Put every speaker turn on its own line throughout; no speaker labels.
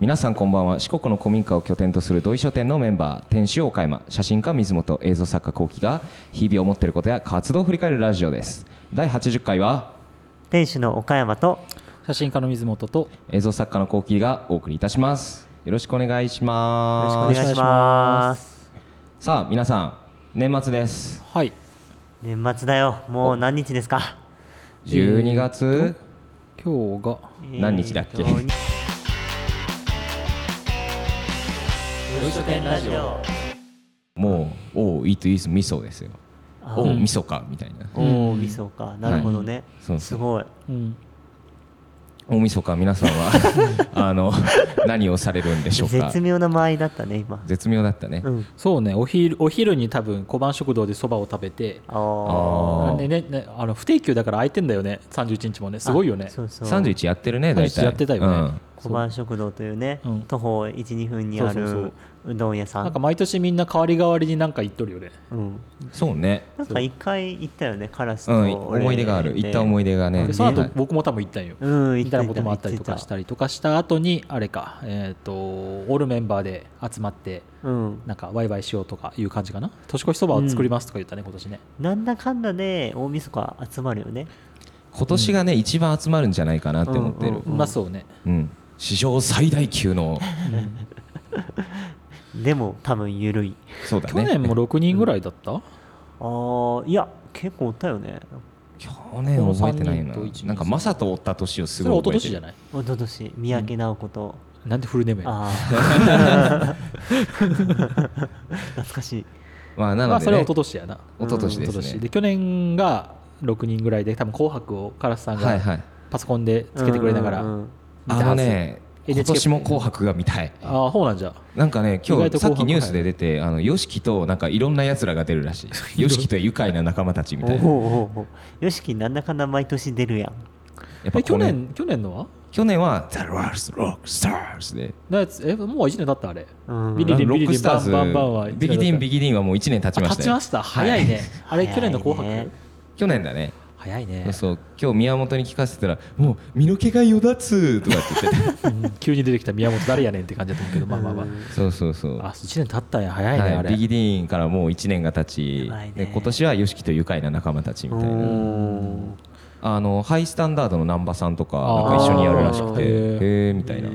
皆さんこんばんは四国の古民家を拠点とする土井書店のメンバー店主岡山写真家水本映像作家幸喜が日々思っていることや活動を振り返るラジオです第80回は
店主の岡山と
写真家の水本と
映像作家の幸喜がお送りいたしますよろしくお願いし
よろしくお
ま
願い
す
します
さあ皆さん年末です
はい
年末だよもう何日ですか
12月
今日が
何日だっけ
えーとに文書店ラジオ
もうおういいといいですみそですよ
あ
おう
ー
みそかみたいな
おおみそかなるほどね、
そう
す
そう
ごい
うん
大晦日皆さん はあの何をされるんでしょうか
絶妙な間合いだったね今
絶妙だったね、
うん
そうねお昼お昼に多分小判食堂でそばを食べて
あー
あ
でねねあの不定休だから空いてんだよね31日もねすごいよね
そうそう
三十一やってるね大体
31やってたよね
うん
小判食堂というね、
うん
徒歩12分にあ
そうそう
るうどん屋さん
なんか毎年みんな代わり代わりになんか行っとるよね
うん、
そうね
なんか一回行ったよねカラス
う
と
ん
俺
思い出がある行った思い出がね
でその後
はい
僕も多分行ったんよ
うん行
み
ったた行っ
いなこ
た
ともあったりとかしたりとかした後にあれかえっとオールメンバーで集まって
うん
なんかワイワイしようとかいう感じかな年越しそばを作りますとか言ったね今年ね
なんだかんだで大晦日集まるよね
今年がね一番集まるんじゃないかなって思ってる
うん
まあそうね
うん史上最大級 の
でも多分緩い
そうだ
去
ね
年も6人ぐらいだった
あーいや結構おったよね
去年覚えてないな
この三人と一
なんかマサとおった年をす
それは
ごい覚え
一昨年
て
じゃ
る
ない
おととし三宅直子と、
なんでフルネームや
ああ懐かしい
まあな
ま
の
あ
で
それは
ね
一昨年やな
一昨年
一
で
昨
す
年
ね
で去年が6人ぐらいで多分「紅白」をカラスさん
はいは
が
い
パソコンでつけてくれながら、
うんうんうん
見
あ
たはず
のね
NHK
今年も紅白が見たい
ああそうなんじゃ
なんかね
意
今
外
日
と
さ
紅
っ
白
きニュースで出てあの YOSHIKI となんかいろんなやつらが出るら しい YOSHIKI と愉快な仲間たちみ
お
たいな
ーおーおーよしきなんだかんだ毎年出るやん
やっぱ
え去
去年
年去年のは
去年は「The Last Rock Stars」で
なやつえもう1年経ったあれ、
うん
ビ
ロ
リリンビ
ッ
リ
ク
リ
ス
ン
タ
バ
ーズ
ンバンバンは
ビギディンビ
ギ
ギディンはもう1年経ちました
立ちました早いね、あれ去年の「紅
早い
白
ね」
去年だね
早いね
そう今日宮本に聞かせてたら「もう身の毛がよだつ」とかって言って
うん急に出てきた宮本誰やねんって感じだったけどまあまあま
たそうそうそう
ああ1年経ったんや早いね、
は
あ
い、
れ
ビギディーンからもう1年が経ち、
やばいね
で今年は YOSHIKI と愉快な仲間たちみ
お
たいな
ー
あのハイスタンダードの難波さんとか
あ
な
ー
んか一緒にやるらしくて
へ
へ
ー
えみたいな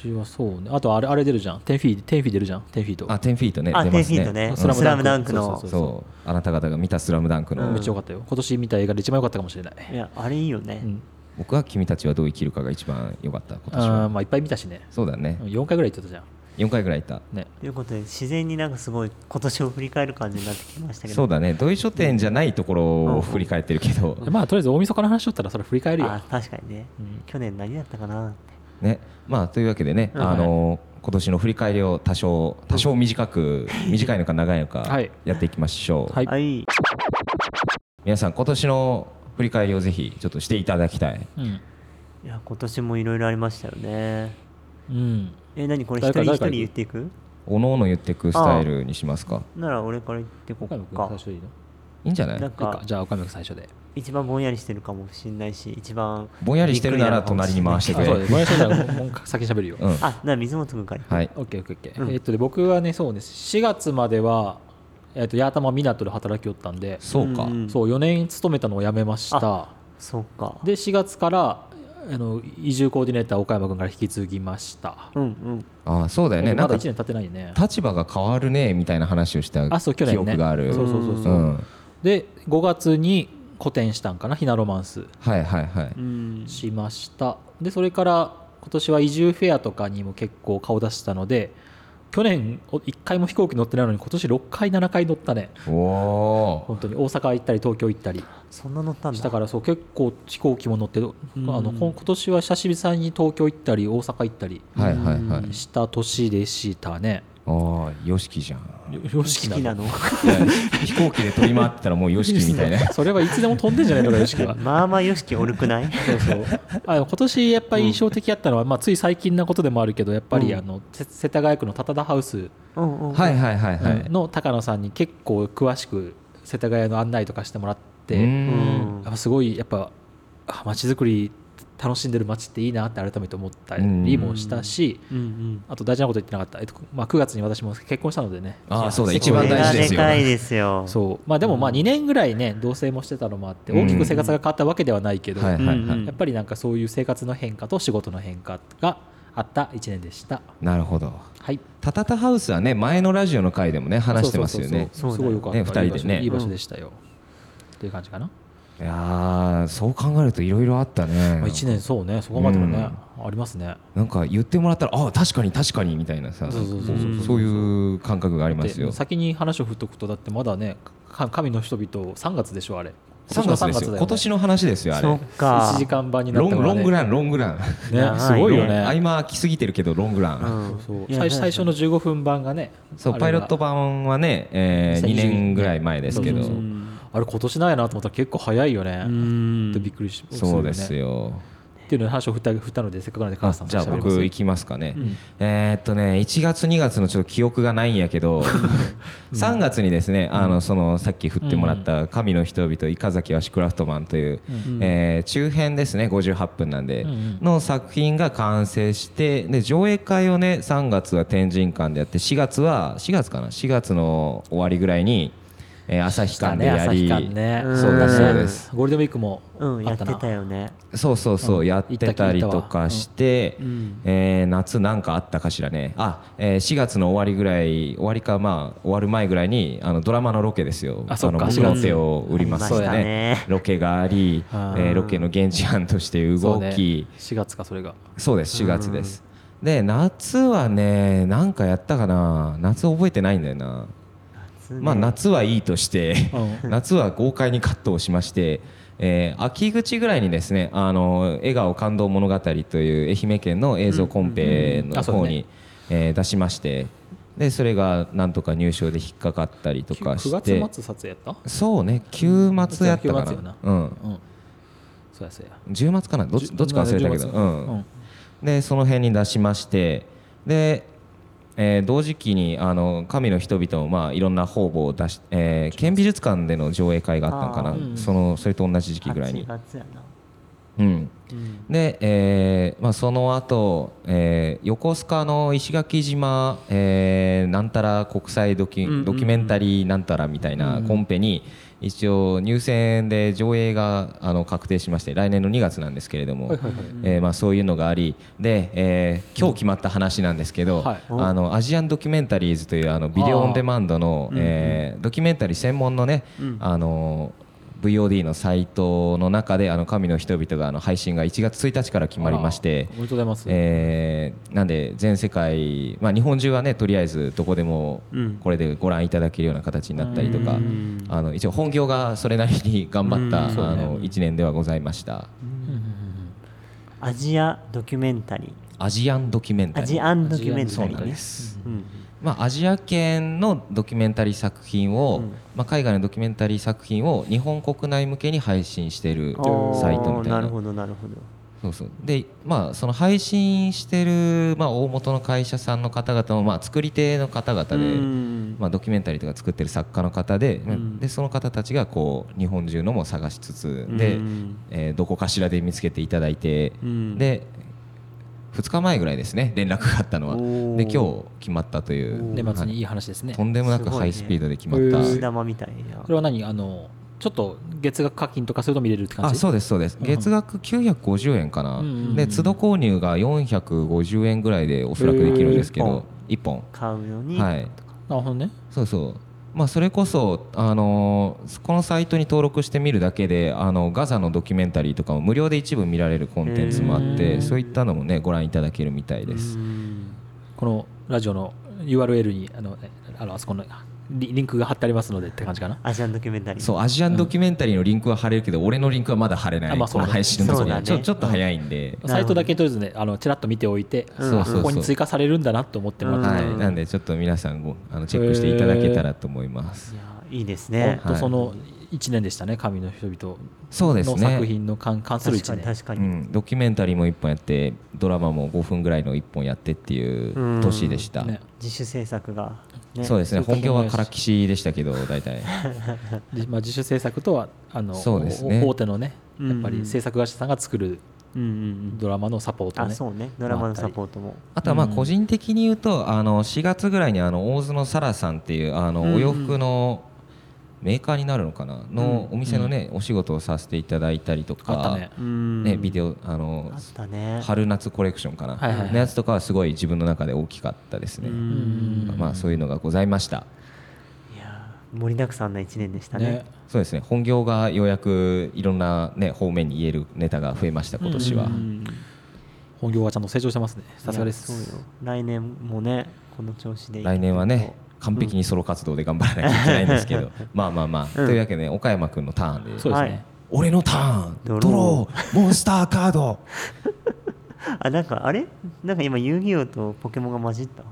私はそうねあとあれあれ出るじゃんテンフィーテンフィー出るじゃんテンフィーと
あ10フィートね
あ
出ます
10フィートね
うん
スラムダンク
そ
の
うそうそう
そうあなた方が見た「スラムダンクの、
めっちゃ良かったよ今年見た映画で一番良かったかもしれない、
いやあれいいよね、
うん、
僕は「君たちはどう生きるか」が一番良かった今年
あー
は
まあいっぱい見たしね
そうだね
4回ぐらい行ってたじゃん
4回ぐらいいた
ね
ということで自然になんかすごい今年を振り返る感じになってきましたけど
そうだね土井書店じゃないところを振り返ってるけど、
まあとりあえず大晦日の話しとったらそれ振り返るよ
あ確かにね、
うん
去年何だったかなって
ねまあというわけでね、
うん
あの今年の振り返りを多少多少短く、短いのか長いのか
はい
やっていきましょう、
はい
はい、
皆さん今年の振り返りをぜひちょっとしていただきたい
うん、
いや今年もいろいろありましたよね
うん、
え何これ一
誰か
人一
誰
人
かいる
言っていく
おのおの言ってくスタイルにしますか
なら俺から言ってこ
岡山
っ
君
か
最初でいいの
いいんじゃない
なん
いいか
か
じゃあ岡山君最初で
一番ぼんやりしてるかもしんないし一番
ぼんやりしてるなら
びっくり
隣に
なのか
回して
も
あ
くれ
そうですごめんなさいじゃあもう先喋るよ、
うん
あなら水本君から言って
はい
オッケーオッケーオッケー、
うん
えっとで僕はねそうです4月までは、えっと八頭港で働きよったんで
そうか、
うん
そう4年勤めたのを辞めました
そうか
で4月からあの移住コーディネーター岡山君から引き継ぎました、
うんうん
ああそうだよねな
ま
ん
だ
か
1年経ってないよね
立場が変わるねみたいな話をした
あそう去
記
年ね
憶がある
そうそうそうそう、
ん
で5月に個展したんかなひなロマンス
はいはいはい
うん
しましたでそれから今年は移住フェアとかにも結構顔出したので去年1回も飛行機乗ってないのに今年6回7回乗ったね
おお
本当に大阪行ったり東京行ったり
そんな乗ったんだ
したからそう結構飛行機も乗ってどあ
ん
のこん今年は久しぶりに東京行ったり大阪行ったり
はいはいはい
した年でしたね。
ああ YOSHIKI じゃん
よし
好
き
きな
なの
い
の
や飛行機で飛び回ってたらもう YOSHIKI みたいな
それはいつでも飛んでんじゃないのか、よ しきは。
まあまあよしきおるくない
そうそうあでも今年やっぱり印象的だったのは、まあ、つい最近なことでもあるけどやっぱり
うん
あの、せ世田谷区のタタダハウス
うんうん
はいはいはいはい、
の高野さんに結構詳しく世田谷の案内とかしてもらって、
う
やっ
ん
ぱすごいやっぱあ街づくり楽しんでる街っていいなって改めて思った
う
り
ん
もしたし、
うんうん
あと大事なこと言ってなかった、えっとまあ、9月に私も結婚したのでね
ああそうだ
いや
一番大事です
それ
よ
がでかいですよ
そうまあでもまあ2年ぐらいね同棲もしてたのもあって大きく生活が変わったわけではないけど、
はいはい
うんう
は
ん
い
やっぱりなんかそういう生活の変化と仕事の変化があった1年でした。
なるほど
はい、
タタタハウスはね前のラジオの回でもね話してますよね
そうそうそうす
そうだ
ご
よ
いよかった。
ね二人でね
いい場所いい場所でしたよ。っていう感じかな。
いやーそう考えるといろいろあったね
まあ一年そうね、そこまでもね、
う
ありますね。
なんか言ってもらったらあ確かに確かにみたいなさ
そうそうそう
そうそう
そういう感覚がありますよ
で先に話を振っとくとだってまだね、か神の人々3月でしょあれ。
3月ですよ今年の話ですよあ
そ
れ
っか
1時間版にな
ロ
っ
ン
た
グ
から
ロ
ね。
ングランロングラン
長い
ね、
ね
すごいよね。
合間空きすぎてるけどロングラン、
うん
そう
いや
最最初の15分版がね、
そう
あれが
パイロット版はね、え
2020
2年ぐらい前ですけど
そう
そ
そうう
うん
あれ今年なんやなと思ったら結構早いよね。
うん
とびっくりし
です。
よね
よ
っていうのに話を振った振ったのでせっかくなんで母さん
じゃあ
喋ります
僕行きますかね、
うん
えーっとね1月2月のちょっと記憶がないんやけ ど3月にですねあのそのさっき振ってもらった「神の人々イカザキワシクラフトマン」という、
うん
えー中編ですね58分なんで、
うんうん
の作品が完成してで上映会をね3月は天神館でやって4月は4月かな4月の終わりぐらいに、えー朝日館でやり、
したね朝日
そう
館ね
です
うん
そうです
ゴールデンウィークも
うん
あ
や
っ
ったて
な、
たよね
そうそうそう、
うん
やってたりとかして、
行った聞いたわうん
えー夏なんかあったかしらねあ、えー4月の終わりぐらい終わりかまあ終わる前ぐらいにあのドラマのロケですよ
あそっか
の僕
4
の
月
手を売りますよ
ありま
ね
したね
ロケがあり、え
あー
ーロケの現地班として
そ
動
うね
き
4月かそれが
そうです4月です、で夏はねなんかやったかな夏覚えてないんだよな、
夏ね
まあ夏はいいとして、
うん
夏は豪快にカットをしまして、えー秋口ぐらいにですね「あの笑顔感動物語」という愛媛県の映像コンペ
うんうん
の
あそう
方
だね
に、えー出しましてでそれがなんとか入賞で引っかかったりとかし
9
て
月末撮影やった
そうね9末やったか
9
な
末やな
うん、
うんそうやそうや
10末かなどっちどっちか忘れたけど、
10
うんでその辺に出しましてで、えー同時期にあの神の人々も、まあ、いろんな方々を出し、えー県美術館での上映会があったのかな、
あ
ーうん
そのそれと同じ時期ぐらいに
8。月やな
うん
うん
で、えーまあ、その後、えー横須賀の石垣島、えーなんたら国際ドキ,、
うんうんうん
ドキュメンタリーなんたらみたいなコンペに一応入選で上映があの確定しまして来年の2月なんですけれども、
はいはいはい
えーまあ、そういうのがありで、えー今日決まった話なんですけど、
はい
あのアジアンドキュメンタリーズというあのビデオオンデマンドの、えードキュメンタリー専門のね、あの VOD のサイトの中で「あの神の人々」があの配信が1月1日から決まりまして
あらお。めでとうございます、
えーなんで全世界、まあ、日本中はねとりあえずどこでも
うん
これでご覧いただけるような形になったりとか、
ん
あの一応本業がそれなりに頑張った、
うん
そう
あ
だね
の1年ではございました。
うんうんうん
アジアドキュメンタリ
アジアンドキュメン
ー
タ
ア
リー
ジアンドキュメン
そ
タ
う
リ
な
ー
んで
ね
す、
うん
まあ、アジア圏のドキュメンタリー作品を、
うん
まあ、海外のドキュメンタリー作品を日本国内向けに配信しているサイトみたい
あ
な
ーるほどなるほど
そうそうでまあその配信してる、まあ、大元の会社さんの方々も、まあ、作り手の方々で、
うん
まあ、ドキュメンタリーとか作ってる作家の方で,、
ん
でその方たちがこう日本中のも探しつつで、
うん
えーどこかしらで見つけていただいて、
うん
で2日前ぐらいですね連絡があったのは
おー
で今日決まったという
年末にいい
は
話です
い
ね、
とんでもなく
すごいね
ハイスピードで決まった、
へ
石
ー
玉みたいな
これは何あのちょっと月額課金とかすると見れるって感
あ
じ
そうですそうです
うん
月額950円かな、
うんうんうん
で都度購入が450円ぐらいでおそらくできるんですけど1本
買うのに
はい
なるほどね
そうそうまあそれこそあのーこのサイトに登録してみるだけであのガザのドキュメンタリーとかも無料で一部見られるコンテンツもあっ
へ
て
ー
そういったのもねご覧いただけるみたいです
うん
このラジオの URL にあのえあのあそこのリリンクが貼ってありますのでって感じかな
アジアンドキュメンタリー
そうアジアンドキュメンタリーのリンクは貼れるけど、俺のリンクはまだ貼れない、
あまあそうだね
配信の時
そうだ
に
ね
ちょちょっと早いんで、
ど
サイトだけとりあえずねあのちらっと見ておいて
そうそう
あ
そう
ここに追加されるんだなと思ってもらって
は
う
い、
ん
なんでちょっと皆さんごあのチェックしていただけたらと思います、
いやいいです
本
ね
当その1年でしたね、神の人々
そうです
の
ね
作品の関関する
確
1
かに
年。
確か
う
に
ん、ドキュメンタリーも1本やってドラマも5分ぐらいの1本やってっていう年でした、
うんね
自主制作がね
そうですね
そうい
本
う
業は
ことも
唐
ある
岸でしたけど大 体
でまあ、自主制作とはあの
そうですね
お大手のね、やっぱ
うんう
り
ん
制作会社さんが作る
うんうん
ドラマのサポー
うん、
ト
あ
ね
そうねドラマのサポートも
あとはまあ
うん
個人的に言うと、あの4月ぐらいにあの大津のサラさんっていうあ
うんうん
のお洋服のメーカーになるのかなの
うん
お店のねお仕事をさせていただいたりと
あった
か
ね
うん
ねビデオあの
あったね
春夏コレクションかな
はいはいはい
のやつとかはすごい自分の中で大きかったです
う
ね。
ん
まあそういうのがございました。
いやー盛りだくさんな一年でしたね
ね
そうですね本業がようやくいろんな、ね、方面に言えるネタが増えました今年は、
うん本業はちゃんと成長してますねさすがで
いや
す
そうよ来年もねこの調子で
来年はね完璧にソロ活動で頑張らなきゃいけないんですけど、 まあまあまあ、というわけで岡山君のターンで
そうですね、
はい
俺のターン
ドロー
ドローモンスターカード
あなんかあれなんか今遊戯王とポケモンが混じった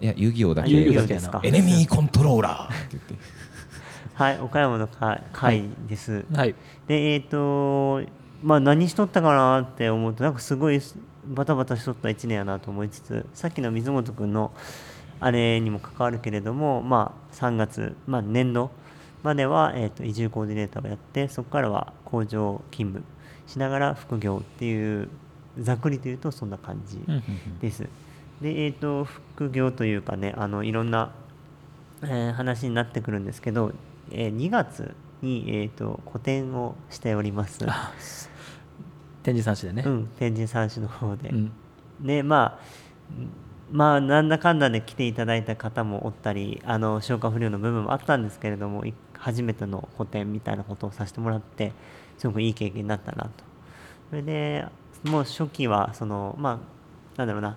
いや遊戯王だけ
遊戯
王ですか
エネミーコントローラーって言って
はい岡山の会会です、
はい
でえっ、とまあ何しとったかなって思うとなんかすごいバタバタしとった1年やなと思いつつさっきの水本君のあれにも関わるけれどもまあ3月、まあ、年度までは、えー、と移住コーディネーターをやってそこからは工場勤務しながら副業っていうざっくりというとそんな感じ
うんうん
です。で、えー、と副業というかねあのいろんな、えー話になってくるんですけど、えー2月に、えー、と個展をしております。
天神三市でね、
うん、天神三種の方で。
うん
でまあまあなんだかんだで来ていただいた方もおったりあの消化不良の部分もあったんですけれどもい初めての個展みたいなことをさせてもらってすごくいい経験になったなとそれでもう初期はそのまあなんだろうな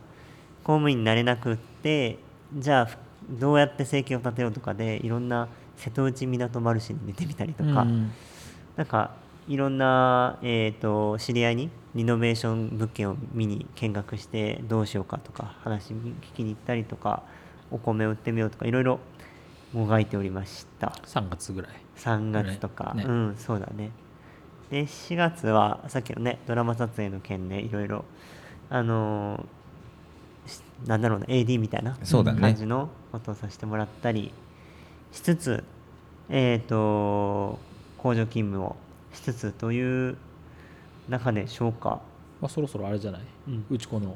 公務員になれなくってじゃあふどうやって生計を立てようとかでいろんな瀬戸内港マルシェに出てみたりとか、
うん
なんかいろんな、えー、と知り合いにリノベーション物件を見に見学してどうしようかとか話聞きに行ったりとかお米を売ってみようとかいろいろもがいておりました
3月ぐらい
3月とか、
ねね
うんそうだねで4月はさっきのねドラマ撮影の件でいろいろあのーしなんだろうな AD みたいな
そうだね
感じのことをさせてもらったりしつつ、えっ、と工場勤務をしつつという中でしょうか
まあ、そろそろあれじゃない、
うん
うちこの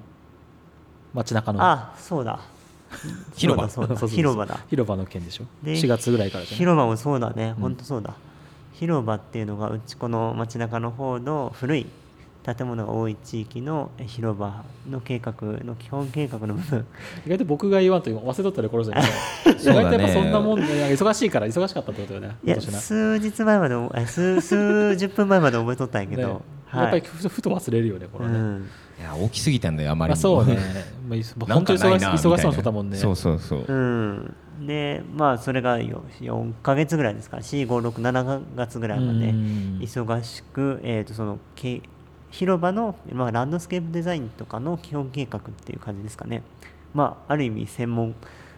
街中の
あそうだ
広場
そうだそだ
そううそうそう
広場だ
広場の件でしょ
で
4月ぐらいからじゃない
広場もそうだね、ほんとそうだ広場っていうのがうちこの街中の方の古い建物が多い地域のえ広場の計画の基本計画の部分
意外と僕が言わんと忘れとったらこれじゃない 意
そうだね
外とやっぱそんなもんで、なんか忙しいから忙しかったってことよね
い
今
や
年な
数日前までえ数数十分前まで覚えとったんやけど、
ね
はい
やっぱりふふと忘れるよねこ
う
れね、
ん、
いや大きすぎたんだよあまり
まあ、
に
そ
も、
うねまあ、いそ
なん
本当
か
に
な
忙
い
し
な
忙しそ
みた
うなこ
い
とだもんね
そうそうそう、
うん、でまあそれがよ4ヶ月ぐらいですから4567月ぐらいまで
うん
忙しく、えー、とそのけ広場の、まあ、ランドスケープデザインとかの基本計画っていう感じですかねまあある意味専門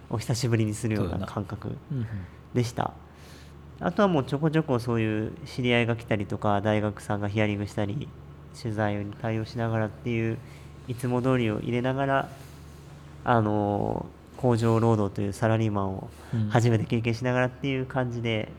を久しぶりにするよう
そう
な
だな
感覚
うんうん
でしたあとはもうちょこちょこそういう知り合いが来たりとか大学さんがヒアリングしたり取材に対応しながらっていういつも通りを入れながらあの工場労働というサラリーマンを
うん
初めて経験しながらっていう感じで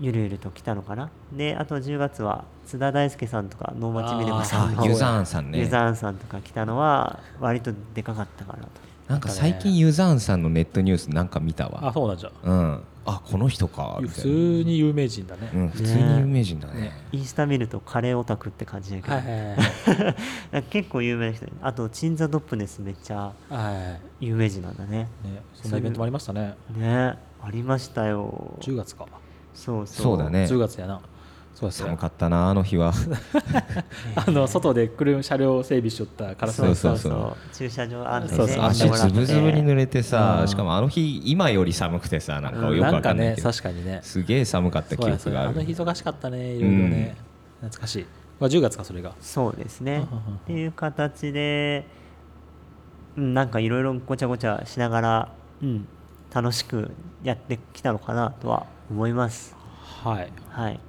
ゆるゆると来たのかなであと10月は津田大輔さんとか能町みね子さん
あ
の
ーユザーンさんね
ユザーンさんとか来たのは割とでかかったかなと
なんか最近ユザーンさんのネットニュースなんか見た
あ
わ
そうなんじゃ
うんあこの人かみ
普
た
通
いな
に有名人だね、
うん、普通に有名人だね
インスタ見るとカレーオタクって感じだけど、
はいはいはい
なんか 結構有名な人あとチンザドップネスめっちゃ
はいはいはい
有名人なんだね
ね、そんなイベントもありましたね
ねありましたよ
10月か
そうそ
そ
う
うだね
10月やなそうです
寒かったなあの日 は
あの外で車車両整備しとったから
そうそうそう
駐車場あんでね
そ
そうう
そう
そう
や
足
ってもらっ
ズ
て
ブズブに濡れて
う
さ
ん
しかもあの日今より寒くてさなんかよく
な
わ
んか
かんない
ね
けど、
確かにね
すげえ寒かった記
そうや
憶
そうや
があ
あ
る
の日忙しかったねいろいろね、懐かしい、まあ、10月かそれが
そうですね
うんうんうん
っていう形でうんなんかいろいろごちゃごちゃしながら、うん、楽しくやってきたのかなとは思います
はい
はい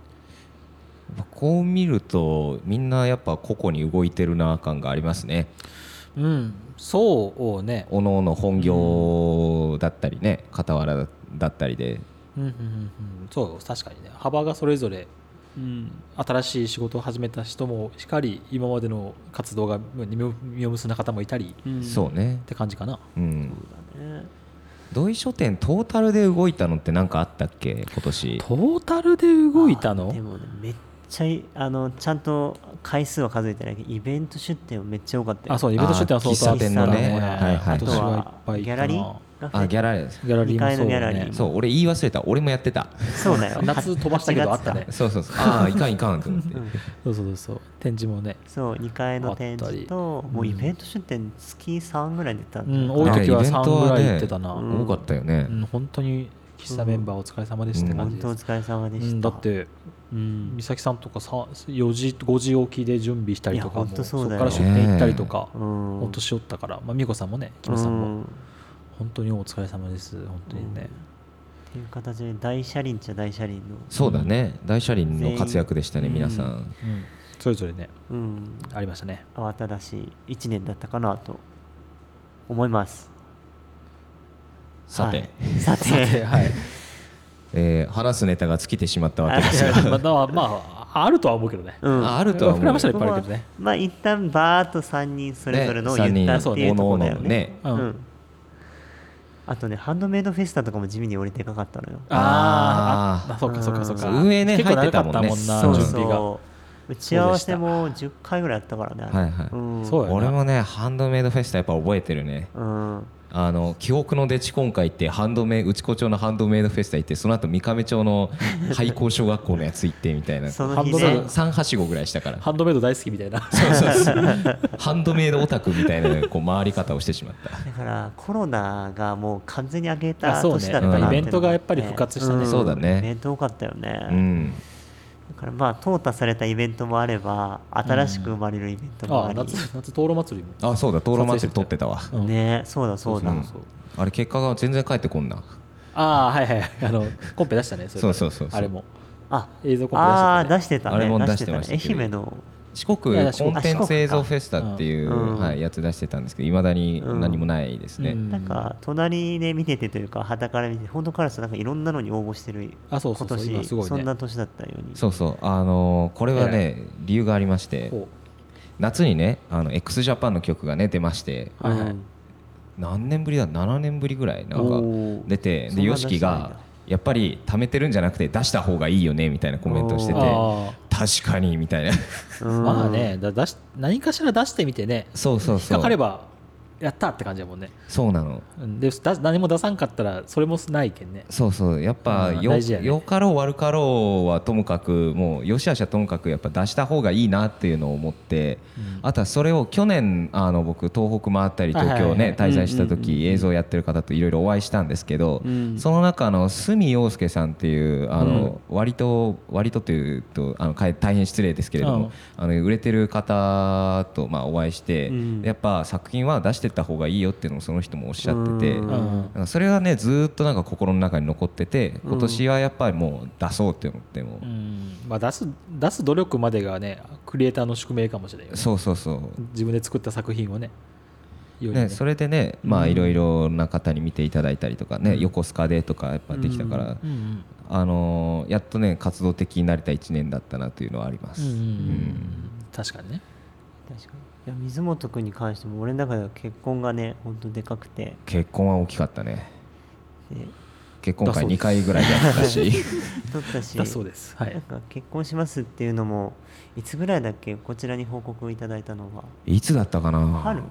こう見るとみんなやっぱ個々に動いてるな感がありますね
うんそうね
おのおの本業だったりね傍らだったりで
うんうんうんうんそう確かにね幅がそれぞれうん、新しい仕事を始めた人もしっかり今までの活動が実を実を結んだ方もいたり
うん
そうね
って感じかな
うん
だね
土井書店トータルで動いたのって何かあったっけ今年
トータルで動いたの
でもねめっちゃいあのちゃんと回数は数えてないけどイベント出店はめっちゃ多かったよ
あそうイベント出店はそ
あー
う
喫茶店のね
そうだ
はいはい
今年はいっぱい行
ギ
っ
ャ
たな
ラリーラフ
あギャラリーです
ギャラリーもそ
二階
うだね
のギャラリーも
そう俺言い忘れた俺もやってた
そうだよ
夏飛ばしたけどあったね
そうそうそうああ いかんいかんと思って
そうそうそうそう展示もね
そう2階の展示
あっ
と
たり
もうイベント出店月3ぐらいで行った
うん
だよ
ん多い時は
あイベント
3ぐ
は
ら
ね
い行ってたな
う
うん
多かったよね
ん本当に喫茶メンバーお疲れ様でしたって感じ
本
で
当お
す
疲れ様で
う
し
ん
た
だって
うん
美咲さんとかさ4時5時起きで準備したりと
い
か
や
も
本当そ
そうこ
だ
か
よ
ら出店行ったりとか
うん
お年寄ったからまあ美子さんもねキムさん
う
も
っ
本当にお疲れ様です本当にね
ていう形で大車輪っちゃ大車輪の
そうだね大車輪の活躍でしたね
うん
皆さん
うんそれぞれね
うん
ありましたね
慌ただしい1年だったかなと思います
さ
は
て
いさて
はい
えー話すネタが尽きてしまったわけですが
まあまああるとは思うけどね
うん
ああるとは
膨ら
思う
ましたらいっ
こ
ぱい
こ
あ
は
るけどね
まあ一旦バーっと3人それぞれのを
ね
言ったってい
三人
うところだよ
そうね
ね
おのおののね
うんあとねハンドメイドフェスタとかも地味に俺でかかったのよ
あ
あ
ー
あ、そっかそっかそっか。
うん運営ね
結構長かった
入
も
って
ん
た
な、
もんね
準備が。
う打ち合わせも10回ぐらいやったからね
はいはい
うん、
そうや
俺
な。
もねハンドメイドフェスタやっぱ覚えてるね
うん
あの記憶の出地今回行ってハンドメイ内子町のハンドメイドフェスタ行ってその後三亀町の廃校小学校のやつ行ってみたいな
そ
三
の日
ハンドメ
ね
イド
三はしごぐらい したから
ハンドメイド大好きみたいな。
そうそうそうハンドメイドオタクみたいなこう回り方をしてしまった
だからコロナがもう完全に上げ
あ
た
そうね
年だったなっていうのがあって
イベン
トがやっぱり復活したね
ん
そうだね
イベント多かったよね、
うん
だからまあ淘汰されたイベントもあれば新しく生まれるイベントも
あ
あ
あ、
り、
夏、夏、灯籠祭りも。
あそうだ灯籠祭り撮ってたわ
うん
ねそうだそうだ
うんあれ結果が全然返ってこんな
ああ、はいはい。あの、コンペ出したね、れ
そうそうそうそう
あれも。
あ
映像コンペ出した
あ
ね
あー出してたね
あれも出
出
し
してて
ま
た
し
ね
たけど
愛媛の
四国
いや四
コ
国
ンテンツ映像フェスタっていう、
あ四国かうん
はい、やつ出してたんですけどいまだに何もないですね、
うん
なんか隣で見ててというか旗から見て本当からするとなんかいろんなのに応募してる
あそうそうそう
今
今
年
すごいね
そんな年だったように
そうそうあのーこれはね理由がありまして
こ
夏にねあの x ジャパンの曲がね出まして
はいは
う
い
ん
何年ぶりだ7年ぶりぐらいなんか
おー
出て
そん
で y
な
o
出してないんだ
がやっぱり貯めてるんじゃなくて出した方がいいよねみたいなコメントをしてて
おー
確かにみたいな
う
うん
まあね、だ出し何かしら出してみてね、
そうそう
引っ
そう
かかれば、やったって感じだもんね。
そうなの
うんで、だ何も出さんかったら、それもないけんね。
そうそうやっぱ
うん
よ,、
大事やね
よかろう悪かろうはともかくもうよしあしはともかくやっぱ出した方がいいなっていうのを思って、あとはそれを去年あの僕東北回ったり東京ね、
はいはい
滞在した時、
うんうんうん
映像やってる方といろいろお会いしたんですけど、
うん
その中の角陽介さんっていうあの、割と割とというとあのかえ大変失礼ですけれども、あの売れてる方と、まあ、お会いして、
うん
やっぱ作品は出してった方がいいよっていうのをその人もおっしゃってて。
うん
うん
なんかそれはねずーっとなんか心の中に残ってて
うん
今年はやっぱりもう出そうって思っても、
うんまあ、出す出す努力までがねクリエイターの宿命かもしれないよね
そうそうそう、
自分で作った作品をねよりね
ね、それでねまあいろいろな方に見ていただいたりとかね、横須賀でとかやっぱできたから、
うんうん
あのーやっとね活動的になれた1年だったなというのはあります、
うんうんうん
うん
確かにね
確かにいや水本君に関しても俺の中では結婚がね本当でかくて
結婚は大きかったね
で
結婚
だそう
会
です
2回ぐらいやった し
取ったし
だそうですは
なん
い
か結婚しますっていうのもいつぐらいだっけこちらに報告をいただいたのはい
つだったかな
春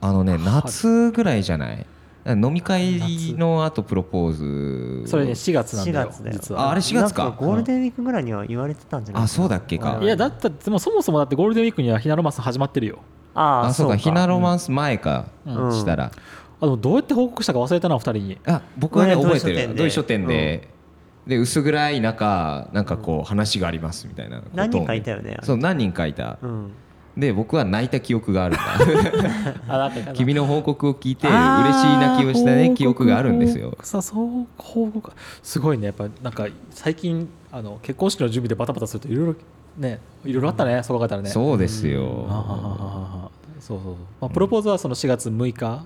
あのね
春
夏ぐらいじゃない飲み会のあとプロポーズ
それね4月なん
4
だよ
月だよ
実
ああ
は
れ4月か
なんゴールデンウィークぐらいには言われてたんじゃない
あそうだっけか
いやだったでもそもそもだってゴールデンウィークにはひなロマンス始まってるよ
あ
あ
あ
そうかひなロマンス前か、
うん
したら
あでもどうやって報告したか忘れたな2人に
あ僕はね
これ
覚
ね
えてる
同
同
意
意
書
書
店
店
で
で、で薄暗い中なんかこう話がありますみたいなことをね
何人かいたよね
そう何人かいた、
うん
で僕は泣いた記憶があるんだ
あだって
君の報告を聞いて嬉しい泣きをしたね記憶があるんですよ
さそう報告すごいねやっぱなんか最近あの結婚式の準備でバタバタするといろいろねいろいろあったね、そう考えたらね
そうです
あああああ
よ
ああああそうそうそう、まあ、プロポーズはその4月6日、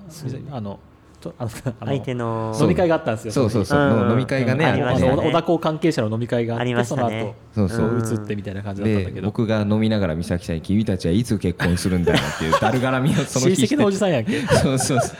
あのとあのあの
相手の
そう
飲み会があったんですよ
そうそうそう、
うん
の飲み会がね
う
あ
んあり
の
ましたね
小田港関係者の飲み会があっ
あり
て
まし
そ
た
の
ね
後
そうそうん
移ってみたいな感じだったんだけ
で
ど
僕が飲みながら美咲さんに「君たちはいつ結婚するんだよ」っていうだるがらみをその
親
日して
戚のおじさんやんけ
そうそうそ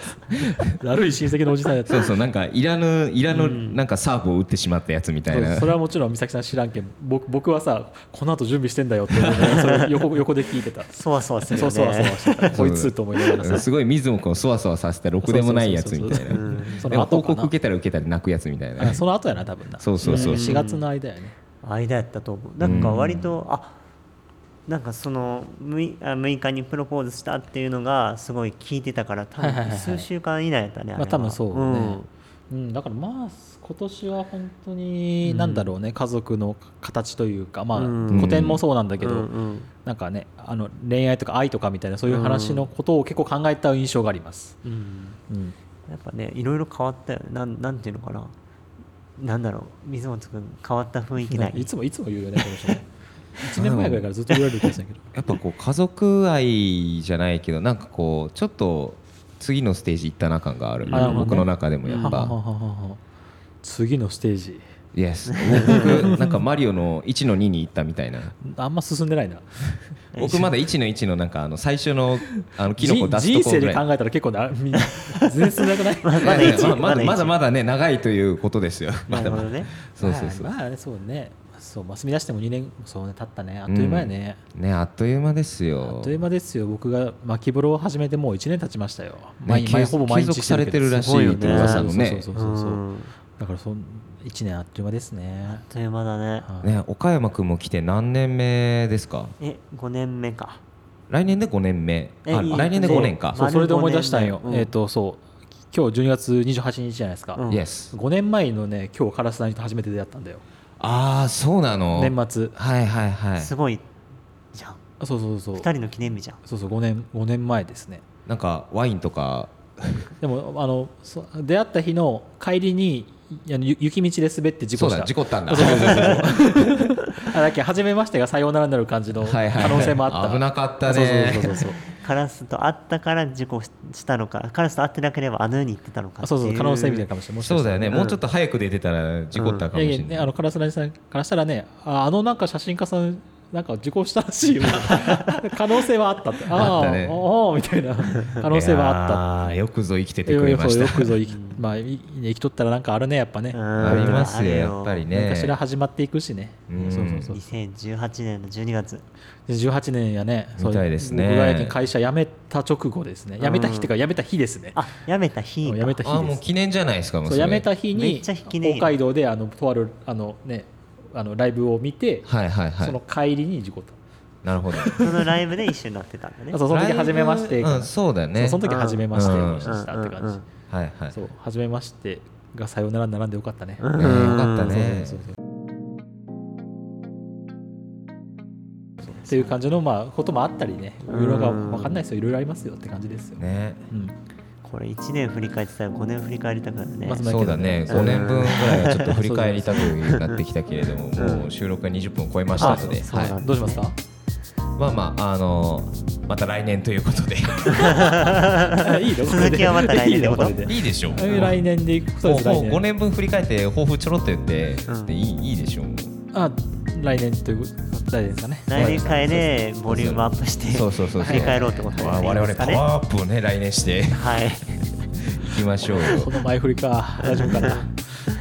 う
悪い親戚のおじさんやった
そうそうなんかいらぬいらぬなんかサーブを打ってしまったやつみた
そ
いうな
それはもちろん美咲さん知らんけん僕僕はさこの後準備してんだよって思いながらそれ横横で聞いてた
そわそわするよ
そう
ね
そうそうしてた
そ
こ
う
いつと思いながら
うん
さ
すごい水野君をそわそわさせたろくでもないやつみたい
そうそうそうそう
な
そ
で
の
も
後
報告
かな
受けたら受けたり泣くやつみたいな
あその後やな多分な
そうそうそう
4月の間やね
間やったと思うなんか割と、あなんかその 6, あ6日にプロポーズしたっていうのがすごい聞いてたから多
はいはいは
分
い
数週間以内やったねあれは
まあ多分そうね、うんだからまあ今年は本当になんだろうね、家族の形というかまあ
うん
古典もそうなんだけ
う
ど、
んうん
なんかねあの恋愛とか愛とかみたいなそういう話のことを結構考えた印象があります、
うんうん
うん
やっぱねいろいろ変わったよなんなんていうのかななんだろう水本君変わった雰囲気 ない
いつもいつも言うよねこの人ね1年前ぐらいからずっと言われる気がするけど
やっぱこう家族愛じゃないけどなんかこうちょっと次のステージ行ったな感がある
あなるほどね
僕の中でもやっ
ははは
ぱ
はは次のステージ
Yes 僕なんかマリオの1の2に行ったみたいな
あんま進んでないな
僕まだ1の1のなんかあの最初のあのキノコ出
じ
すとこ
人生
ぐら
で
い
考えたら結構なみんな全然進んでなくない
ま
ま
だ一
だまだまだ
ま
まだね長いということですよまだ
なるほ
ま
ど
だ
ね
そうそうそう
まあまあねそうねそうまあ住み出しても2年そうね経ったねあっという間やね、
ねあっという間ですよ
あっという間ですよ僕が巻き風呂を始めてもう1年経ちましたよ
ね
毎
継
日毎日ほぼ毎
継
日
続されてるらしいって噂のね
そうそうそうそう、
うん
だからそん1年あっという間ですね
あっという間だね
はい
ね岡山君も来て何年目ですか
え5年目か
来年で5年目
え
あ
いい
来年で5年か
そう
丸
それで思い出したんよ、
五年目
えっ、とそう今日12月28日じゃないですか、
うん
Yes
5年前のね今日カラスさんと初めて出会ったんだよ
ああそうなの
年末
はいはいはい
すごいじゃん
あそうそうそうそ
2
う
人の記念日じゃん
そうそう5年5年前ですね
なんかワインとか
でもあのそ出会った日の帰りにいあのゆ雪道で滑って事
そ
故
う
した
だ事故ったんだ
そうそうそうそうあだっけ初めましてがさようならになる感じの可
はいはいはい
能性もあった、
危なかったね
そうそうそうそうそう
カラスと会ったから事故ししたのかカラスと会ってなければあの世に行ってたのか
あそうそう可能性みたいな
な
かもしれないもしか
そう
した
だ
ら
よねもうちょっと早く出てたら事故ったかも
い
し
やい
れ
やね
ない
あのカラスラジさんからしたらねああのなんか写真家さんなんか受講したらしいよ 可能性はあったって
あった
あ、
ね
あああみたいな可能性はあった
あったよくぞ生きて
い
て
や
く
い
れ
や
ま
そう
し
よ
た
くぞ生き,、まあ、いい生きとったらなんかあるねやっぱね
ありますよ
ある
やっぱりね
何かしら始まっていくしね、
うん
そうそうそう
2018年の12月
で18年やねそう
みたいですね
僕がやけん会社辞めた直後ですね
うん
辞めた日っていうか辞めた日ですね
あ辞めた日
辞
か
めた
あ
日
も
で
う
す
記念じゃないですかもう
そう
それ
辞めた日
め
に
っちゃ引きねえよ
北海道であのとあるあのねあのライブを見て、
はいはいは
その
い
帰りに事故った
なるほど
そのライブで一緒になってたんだね
あそうその時初めまし
ライ
て
ブうんそうだよね
そうその時
うん
初めまして
うん
お会いしたって
うんうん
感
はいはい
じそう初めましてがさよならに並んでよかったね
うん
ねよかった
そう
ね
そうそうそうっていう感じのまあこともあったりねいろいろが
うん
分かんないですよいろいろありますよって感じですよ、
ね
うん
これ1年振り返ってたら5年振り返りたくなるね
まず
そうだね5年分ぐらいはちょっと振り返りたくなってきたけれども
ん
もう収録が20分超えましたので
あそうなんだ
はい
どうします か
まあまああのまた来年ということで
いいのこれで
続きはまた来年ってこと
いい のこれで
いいでしょう
えー来年でいくそう
も
で
う
す
も
来
う
年
5年分振り返って抱負ちょろっと言って
うん
でいいいいでしょう
あ来年ということ来年ですかね
来年会でボリュームアップして
そうそうそうそう
振り返ろうってことですね
わ我々パ
ね
ワーアップをね来年して
はい
いきましょうよ
この前振りか大丈夫かな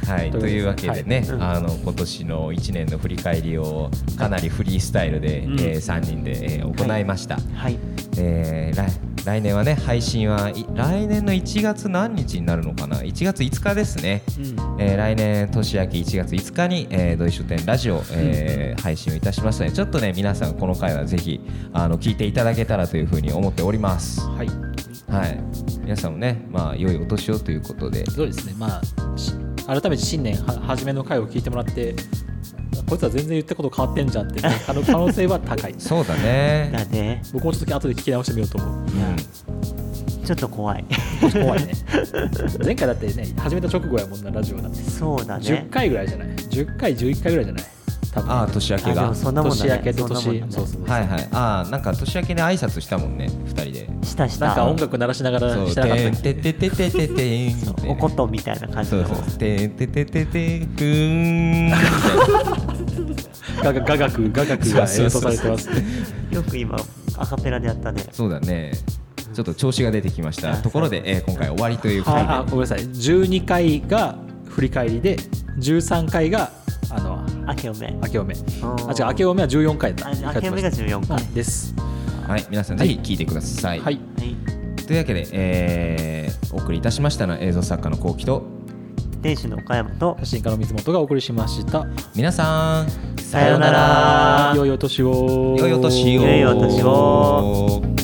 はい、と
と
い
いうう
わ
わ
け
け
で
で
ね、あの今年の1年の振り返りをかなりフリースタイルで、
うん
え3人で、えー行いました、
はい
えー来来年はね配信はい来年の1月何日になるのかな1月5日ですね、
うん
えー来年年明け1月5日に、えー、ドイツ書店ラジオ、えー配信をいたしますのでちょっとね皆さんこの回はぜひあの聞いていただけたらというふうに思っております
はい
はい皆さんもねまあ良いお年をということで
そうですね、まあ、し改めて新年は初めの回を聞いてもらって、こいつは全然言ったこと変わってんじゃんって、あの可能性は高いです。
そうだね
だね
僕もちょっと後で聞き直してみようと思う。
うん
ちょっと怖い
ちょっと怖いね。前回だってね、始めた直後やもんな、ラジオだって。
そうだね
10回ぐらいじゃない ?10 回、11回ぐらいじゃない多分
ああ年明け
あで
が
もそんなもんだね
年明けと年
そんなもんだね
そうそうそう
はいはいああなんか年明けで挨拶したもんね2人で
したした
なんか音楽鳴らしなが
そ
ら
う
してなかったっ
て
け
んててててててんってね
おことみたいな感じ
そ
の
うそうてんててててふーんみたいな
雅楽雅楽雅楽が演奏されてますね
よく今アカペラでやったね
そうだねちょっと調子が出てきましたところで、えー今回終わりということ
は
で、
いあごめんなさい12回が振り返りで13回があの
明けおめ
明けおめ
ー
あ違う明けおめは14回だ
あ明けおめが14回
うんです
はい、皆さんぜひ聞いてください、
はい
はい
というわけで、えーお送りいたしましたのは映像作家のこうきと
店主の岡山と
写真家の水本がお送りしました
皆さん
さようなら
良いお年を
良いお年を
良いお年を